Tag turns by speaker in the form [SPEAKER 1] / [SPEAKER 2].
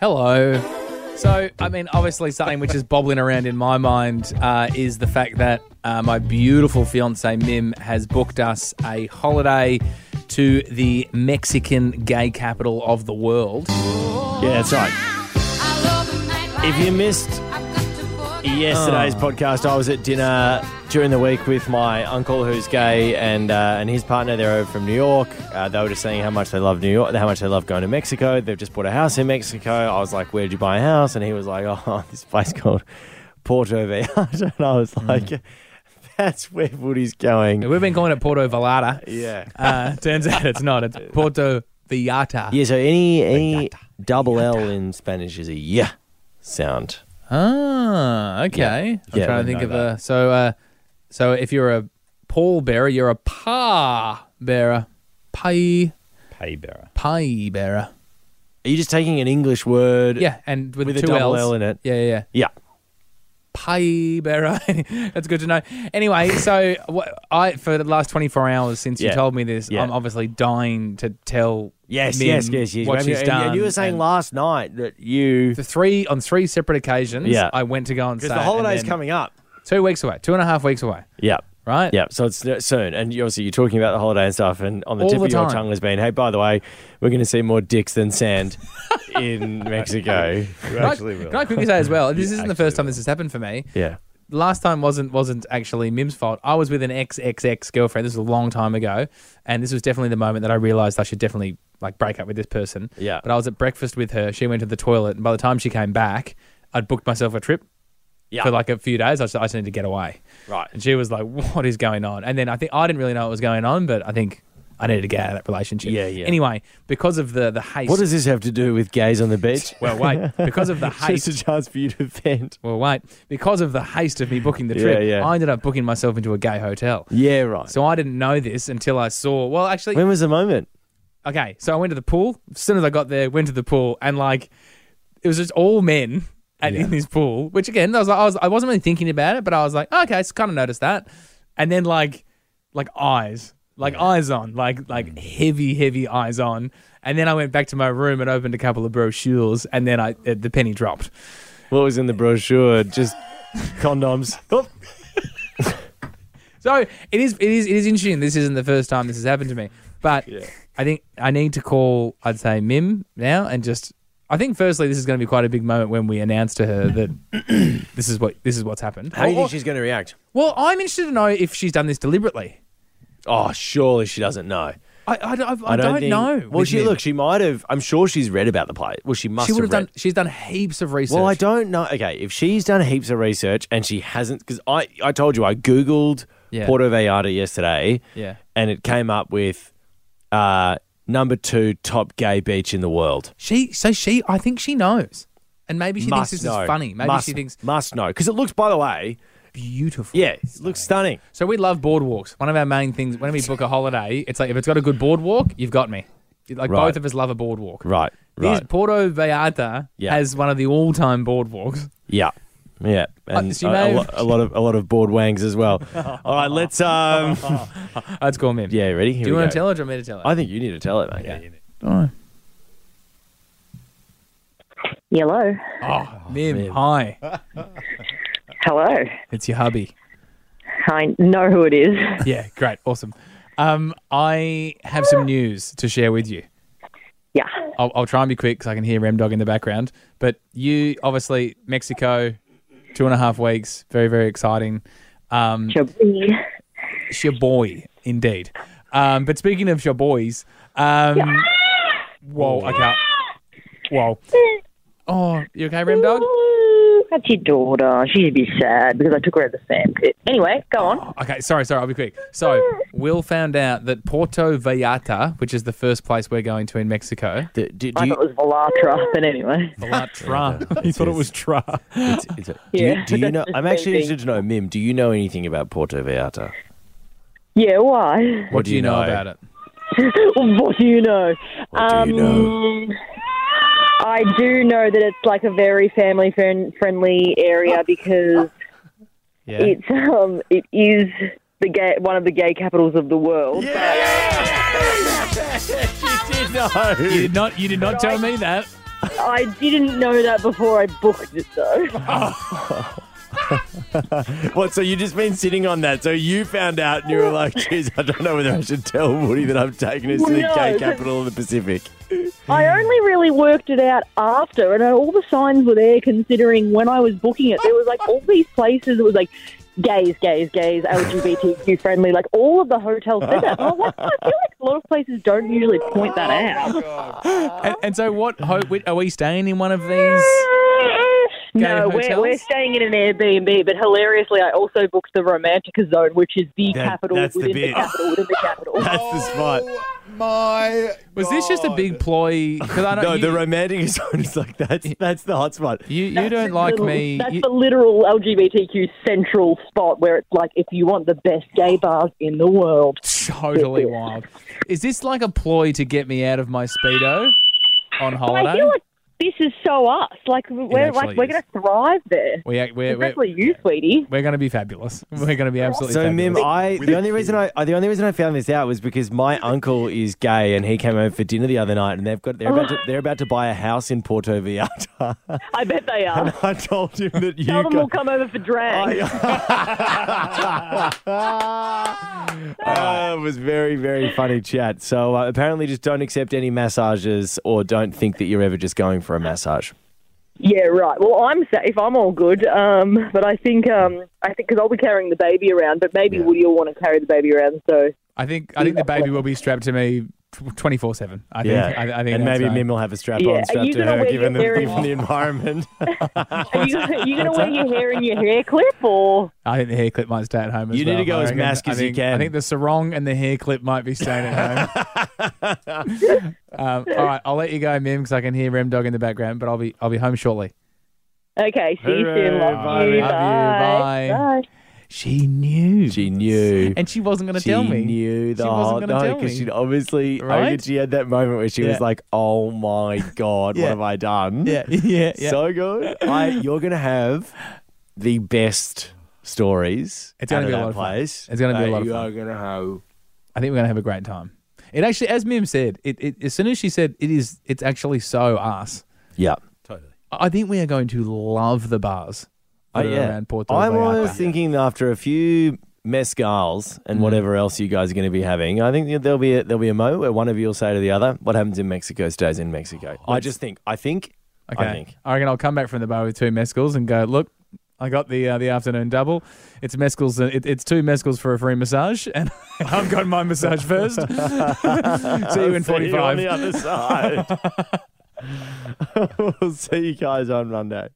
[SPEAKER 1] Hello. So, I mean, obviously, something which is bobbling around in my mind uh, is the fact that uh, my beautiful fiance Mim has booked us a holiday to the Mexican gay capital of the world.
[SPEAKER 2] Yeah, that's right. If you missed yesterday's podcast, I was at dinner during the week with my uncle, who's gay, and uh, and his partner. They're over from New York. Uh, they were just saying how much they love New York, how much they love going to Mexico. They've just bought a house in Mexico. I was like, "Where'd you buy a house?" And he was like, "Oh, this place called Puerto Vallarta." And I was like, "That's where Woody's going."
[SPEAKER 1] We've been calling it Porto Vallarta.
[SPEAKER 2] Yeah.
[SPEAKER 1] Uh, turns out it's not. It's Porto Vallarta.
[SPEAKER 2] Yeah. So any any double L in Spanish is a yeah sound.
[SPEAKER 1] Ah, okay. I'm
[SPEAKER 2] Yeah,
[SPEAKER 1] trying to
[SPEAKER 2] we
[SPEAKER 1] think
[SPEAKER 2] know
[SPEAKER 1] of a so uh, so if you're a pallbearer, you're a pa bearer, pie
[SPEAKER 3] Pay bearer.
[SPEAKER 1] pie bearer.
[SPEAKER 2] Are you just taking an English word?
[SPEAKER 1] Yeah, and with,
[SPEAKER 2] With a
[SPEAKER 1] two
[SPEAKER 2] double
[SPEAKER 1] L's.
[SPEAKER 2] L in it.
[SPEAKER 1] Yeah, yeah, yeah.
[SPEAKER 2] Yeah.
[SPEAKER 1] Pie bearer. That's good to know. Anyway, so wha- I for the last 24 hours since you
[SPEAKER 2] Yeah.
[SPEAKER 1] told me this,
[SPEAKER 2] Yeah.
[SPEAKER 1] I'm obviously dying to tell.
[SPEAKER 2] Yes,
[SPEAKER 1] Min
[SPEAKER 2] yes, yes, yes.
[SPEAKER 1] What
[SPEAKER 2] Maybe-
[SPEAKER 1] she's
[SPEAKER 2] and,
[SPEAKER 1] done.
[SPEAKER 2] and you were saying
[SPEAKER 1] and
[SPEAKER 2] last night that you
[SPEAKER 1] the three on three separate occasions.
[SPEAKER 2] Yeah.
[SPEAKER 1] I went to go and say
[SPEAKER 2] because the
[SPEAKER 1] it, and
[SPEAKER 2] holidays
[SPEAKER 1] then
[SPEAKER 2] coming up.
[SPEAKER 1] Two weeks away. Two and a half weeks away.
[SPEAKER 2] Yeah,
[SPEAKER 1] Right.
[SPEAKER 2] yeah. So it's uh, soon, and you- obviously you're talking about the holiday and stuff, and on the
[SPEAKER 1] All
[SPEAKER 2] tip
[SPEAKER 1] the
[SPEAKER 2] of your
[SPEAKER 1] time.
[SPEAKER 2] tongue has been, hey, by the way, we're going to see more dicks than sand in Mexico.
[SPEAKER 3] You
[SPEAKER 1] Can I-
[SPEAKER 3] actually will.
[SPEAKER 1] Can I quickly say as well? This isn't the
[SPEAKER 3] actually
[SPEAKER 1] first time this has happened for me.
[SPEAKER 2] yeah,
[SPEAKER 1] Last time wasn't wasn't actually Mim's fault. I was with an ex ex ex girlfriend. This was a long time ago, and this was definitely the moment that I realized I should definitely like break up with this person.
[SPEAKER 2] Yeah.
[SPEAKER 1] But I was at breakfast with her. She went to the toilet, and by the time she came back, I'd booked myself a trip
[SPEAKER 2] yeah.
[SPEAKER 1] for like a few days. I just, I just need to get away.
[SPEAKER 2] right.
[SPEAKER 1] And she was like, "What is going on?" And then I think I didn't really know what was going on, but I think I needed to get out of that relationship.
[SPEAKER 2] Yeah, yeah.
[SPEAKER 1] Anyway, because of the the haste.
[SPEAKER 2] What does this have to do with gays on the beach?
[SPEAKER 1] well, wait. Because of the haste,
[SPEAKER 2] Just a chance for you to vent.
[SPEAKER 1] Well, wait. Because of the haste of me booking the
[SPEAKER 2] Yeah,
[SPEAKER 1] trip,
[SPEAKER 2] yeah.
[SPEAKER 1] I ended up booking myself into a gay hotel.
[SPEAKER 2] Yeah, right.
[SPEAKER 1] So I didn't know this until I saw. Well, actually,
[SPEAKER 2] when was the moment?
[SPEAKER 1] okay. So I went to the pool. As soon as I got there, went to the pool, and like, it was just all men at, in this pool. Which again, I was like, I was I wasn't really thinking about it, but I was like, "Oh, okay, so kind of noticed that. And then like, like eyes, like eyes on, like like heavy, heavy eyes on. And then I went back to my room and opened a couple of brochures, and then I uh, the penny dropped.
[SPEAKER 2] What was in the brochure? Just condoms. Oh,
[SPEAKER 1] So it is it is it is interesting. This isn't the first time this has happened to me. But I think I need to call I'd say Mim now and just I think firstly this is gonna be quite a big moment when we announce to her that this is what this is what's happened.
[SPEAKER 2] How do you
[SPEAKER 1] Or-
[SPEAKER 2] think she's going to react?
[SPEAKER 1] well, I'm interested to know if she's done this deliberately.
[SPEAKER 2] Oh, surely she doesn't know.
[SPEAKER 1] I, I, I, I don't,
[SPEAKER 2] think-
[SPEAKER 1] know.
[SPEAKER 2] Well,
[SPEAKER 1] with
[SPEAKER 2] she
[SPEAKER 1] Mim.
[SPEAKER 2] look. She might have. I'm sure she's read about the play. Well, she must.
[SPEAKER 1] she would
[SPEAKER 2] have
[SPEAKER 1] have
[SPEAKER 2] read.
[SPEAKER 1] done she's done heaps of research.
[SPEAKER 2] Well, I don't know. Okay, if she's done heaps of research and she hasn't, because I, I told you I googled
[SPEAKER 1] Yeah.
[SPEAKER 2] Puerto Vallarta yesterday,
[SPEAKER 1] Yeah.
[SPEAKER 2] and it came up with uh, number two top gay beach in the world.
[SPEAKER 1] She so she I think she knows. And maybe she
[SPEAKER 2] must
[SPEAKER 1] thinks this
[SPEAKER 2] know.
[SPEAKER 1] is funny. Maybe
[SPEAKER 2] must,
[SPEAKER 1] she thinks
[SPEAKER 2] must know because it looks. By the way,
[SPEAKER 1] beautiful.
[SPEAKER 2] yeah, it looks stunning.
[SPEAKER 1] So we love boardwalks. One of our main things when we book a holiday, it's like if it's got a good boardwalk, you've got me. Like
[SPEAKER 2] Right.
[SPEAKER 1] both of us love a boardwalk.
[SPEAKER 2] Right,
[SPEAKER 1] This
[SPEAKER 2] right,
[SPEAKER 1] Porto Vallarta
[SPEAKER 2] Yeah.
[SPEAKER 1] has one of the all-time boardwalks.
[SPEAKER 2] yeah. Yeah, and
[SPEAKER 1] she
[SPEAKER 2] a,
[SPEAKER 1] Uh, may
[SPEAKER 2] a, lo-
[SPEAKER 1] have-
[SPEAKER 2] a lot of a lot of board wangs as well. All right, let's um.
[SPEAKER 1] Let's call him. in.
[SPEAKER 2] Yeah, ready? Here
[SPEAKER 1] Do you
[SPEAKER 2] we
[SPEAKER 1] want
[SPEAKER 2] go.
[SPEAKER 1] to tell her? Or do you want me to tell her?
[SPEAKER 2] I think you need to tell it, mate.
[SPEAKER 3] you need-
[SPEAKER 4] Hello.
[SPEAKER 1] oh, Mim,
[SPEAKER 2] Mim.
[SPEAKER 1] hi.
[SPEAKER 4] Hello.
[SPEAKER 1] It's your hubby.
[SPEAKER 4] I know who it is.
[SPEAKER 1] Yeah, great, awesome. Um, I have some news to share with you.
[SPEAKER 4] Yeah.
[SPEAKER 1] I'll, I'll try and be quick because I can hear Rem Dog in the background. But you, obviously, Mexico, two and a half weeks, very, very exciting. Um,
[SPEAKER 4] Chablis.
[SPEAKER 1] It's your boy, indeed. Um, but speaking of your boys, um, whoa, okay, whoa, oh, you okay, Rem dog?
[SPEAKER 4] Ooh, That's your daughter. She'd be sad because I took her out of the sandpit. Anyway, go on.
[SPEAKER 1] Okay, sorry, sorry, I'll be quick. So, Will found out that Porto Vallarta, which is the first place we're going to in Mexico,
[SPEAKER 2] Do, do, do
[SPEAKER 4] I
[SPEAKER 2] you,
[SPEAKER 4] thought it was Volatra, but anyway.
[SPEAKER 1] Valatra. he thought it was Tra.
[SPEAKER 2] It's, it's a, do, you,
[SPEAKER 4] Yeah.
[SPEAKER 2] do you know?
[SPEAKER 4] That's the
[SPEAKER 2] I'm
[SPEAKER 4] same
[SPEAKER 2] actually
[SPEAKER 4] thing.
[SPEAKER 2] interested to know, Mim. Do you know anything about Porto Vallarta?
[SPEAKER 4] Yeah, why?
[SPEAKER 1] What do you know about it?
[SPEAKER 4] what do you know?
[SPEAKER 2] What do you
[SPEAKER 4] Um, I do know that it's like a very family friend- friendly area because
[SPEAKER 1] Yeah.
[SPEAKER 4] it's um it is the gay one of the gay capitals of the world.
[SPEAKER 2] Yeah, she did know.
[SPEAKER 1] you did not. You did not tell me that.
[SPEAKER 4] I didn't know that before I booked it though.
[SPEAKER 2] What? So you just been sitting on that? So you found out and you were like, "Geez, I don't know whether I should tell Woody that I'm taking us to the
[SPEAKER 4] No,
[SPEAKER 2] gay
[SPEAKER 4] but-
[SPEAKER 2] capital of the Pacific."
[SPEAKER 4] I only really worked it out after, and all the signs were there. Considering when I was booking it, there was like all these places. It was like gays, gays, gays, LGBTQ friendly. Like all of the hotels said that. And I was like, "Oh, I feel like a lot of places don't usually point
[SPEAKER 2] Oh,
[SPEAKER 4] that out.
[SPEAKER 1] And, and so, what ho- wi- are we staying in one of these?
[SPEAKER 4] No, we're,
[SPEAKER 1] hotels?
[SPEAKER 4] we're staying in an Airbnb, but hilariously, I also booked the Romantica Zone, which is the
[SPEAKER 2] That-
[SPEAKER 4] capital
[SPEAKER 2] that's the
[SPEAKER 4] within the,
[SPEAKER 2] bit.
[SPEAKER 4] capital within the capital.
[SPEAKER 2] That's the spot.
[SPEAKER 3] My
[SPEAKER 1] Was this just a big ploy? Because I know
[SPEAKER 2] No,
[SPEAKER 1] you,
[SPEAKER 2] the romantic zone is like that's that's the hot spot.
[SPEAKER 1] you, you
[SPEAKER 4] That's
[SPEAKER 1] don't
[SPEAKER 4] the
[SPEAKER 1] like
[SPEAKER 4] little-
[SPEAKER 1] me.
[SPEAKER 4] That's
[SPEAKER 1] You-
[SPEAKER 4] the literal LGBTQ central spot where it's like, if you want the best gay
[SPEAKER 1] Oh.
[SPEAKER 4] bars in the world.
[SPEAKER 1] totally wild. Is this like a ploy to get me out of my speedo on
[SPEAKER 4] I
[SPEAKER 1] holiday?
[SPEAKER 4] feel like this is so us. Like we're
[SPEAKER 1] Oh, actually
[SPEAKER 4] like we're
[SPEAKER 1] is.
[SPEAKER 4] going to thrive there.
[SPEAKER 1] we, are we're, we're,
[SPEAKER 4] Especially you, sweetie.
[SPEAKER 1] we're going to be fabulous. We're going to be absolutely
[SPEAKER 2] So,
[SPEAKER 1] fabulous.
[SPEAKER 2] Mim, I the only reason I uh, the only reason I found this out was because my uncle is gay and he came over for dinner the other night and they've got they're about to, they're about to buy a house in Porto Vallarta.
[SPEAKER 4] I bet they are.
[SPEAKER 2] I told him that you
[SPEAKER 4] Some of them will
[SPEAKER 2] got.
[SPEAKER 4] come over for drag.
[SPEAKER 2] Uh, it was very very funny chat. So uh, apparently, just don't accept any massages or don't think that you're ever just going for a massage.
[SPEAKER 4] Yeah, right. Well, I'm safe. I'm all good. Um, but I think um, I think because I'll be carrying the baby around, but maybe Woody will want to carry the baby around. So
[SPEAKER 1] I think I think the baby will be strapped to me twenty four seven. I think. I, I think
[SPEAKER 2] and
[SPEAKER 1] that's
[SPEAKER 2] maybe
[SPEAKER 1] right.
[SPEAKER 2] Mim will have a strap
[SPEAKER 4] Yeah,
[SPEAKER 2] on
[SPEAKER 4] are
[SPEAKER 2] strapped
[SPEAKER 4] you
[SPEAKER 2] to
[SPEAKER 4] gonna
[SPEAKER 2] her
[SPEAKER 4] wear
[SPEAKER 2] given the,
[SPEAKER 4] your hair in-
[SPEAKER 2] given the environment.
[SPEAKER 4] are you, are you going to wear your hair in your hair clip or?
[SPEAKER 1] I think the hair clip might stay at home. As
[SPEAKER 2] You need
[SPEAKER 1] well,
[SPEAKER 2] to go
[SPEAKER 1] I
[SPEAKER 2] as
[SPEAKER 1] reckon.
[SPEAKER 2] masked
[SPEAKER 1] I
[SPEAKER 2] as you
[SPEAKER 1] think-
[SPEAKER 2] can.
[SPEAKER 1] I think the sarong and the hair clip might be staying at home. um, all right, I'll let you go, Mim, because I can hear Rem Dog in the background. But I'll be I'll be home shortly.
[SPEAKER 4] Okay, see you soon.
[SPEAKER 2] Hooray,
[SPEAKER 4] Love
[SPEAKER 2] bye,
[SPEAKER 4] you.
[SPEAKER 1] love
[SPEAKER 4] Bye.
[SPEAKER 1] you, bye. She knew.
[SPEAKER 2] she knew.
[SPEAKER 1] and she wasn't going to
[SPEAKER 2] She
[SPEAKER 1] tell me.
[SPEAKER 2] knew the
[SPEAKER 1] She
[SPEAKER 2] whole
[SPEAKER 1] wasn't gonna
[SPEAKER 2] no,
[SPEAKER 1] tell
[SPEAKER 2] because
[SPEAKER 1] me.
[SPEAKER 2] she'd obviously. I reckon
[SPEAKER 1] Right?
[SPEAKER 2] she had that moment where she was
[SPEAKER 1] Yeah.
[SPEAKER 2] like, "Oh my god, what
[SPEAKER 1] Yeah.
[SPEAKER 2] have I done?
[SPEAKER 1] Yeah, yeah, yeah.
[SPEAKER 2] so good. I, you're gonna have the best stories.
[SPEAKER 1] It's gonna
[SPEAKER 2] out
[SPEAKER 1] be a
[SPEAKER 2] that
[SPEAKER 1] lot of fun.
[SPEAKER 2] place.
[SPEAKER 1] It's gonna be a
[SPEAKER 2] that
[SPEAKER 1] lot of
[SPEAKER 2] You
[SPEAKER 1] fun.
[SPEAKER 2] are gonna have.
[SPEAKER 1] I think we're going to have a great time. It actually, as Mim said, it, it as soon as she said it is, it's actually so us.
[SPEAKER 2] Yeah.
[SPEAKER 1] I I think we are going to love the bars.
[SPEAKER 2] Oh,
[SPEAKER 1] that are
[SPEAKER 2] yeah.
[SPEAKER 1] around Porto
[SPEAKER 2] I'm
[SPEAKER 1] Vallarta.
[SPEAKER 2] almost thinking after a few mezcals
[SPEAKER 1] Mm-hmm.
[SPEAKER 2] and whatever else you guys are going to be having, I think that there'll be a, there'll be a moment where one of you will say to the other, "What happens in Mexico stays in Mexico." I just think. I think.
[SPEAKER 1] Okay.
[SPEAKER 2] I think.
[SPEAKER 1] reckon I'll come back from the bar with two mescals and go, look, I got the uh, the afternoon double. It's mescals. It, it's two mescals for a free massage, and I've got my massage first. See you in
[SPEAKER 2] See
[SPEAKER 1] forty
[SPEAKER 2] you on the
[SPEAKER 1] five.
[SPEAKER 2] other side. we'll see you guys on Monday.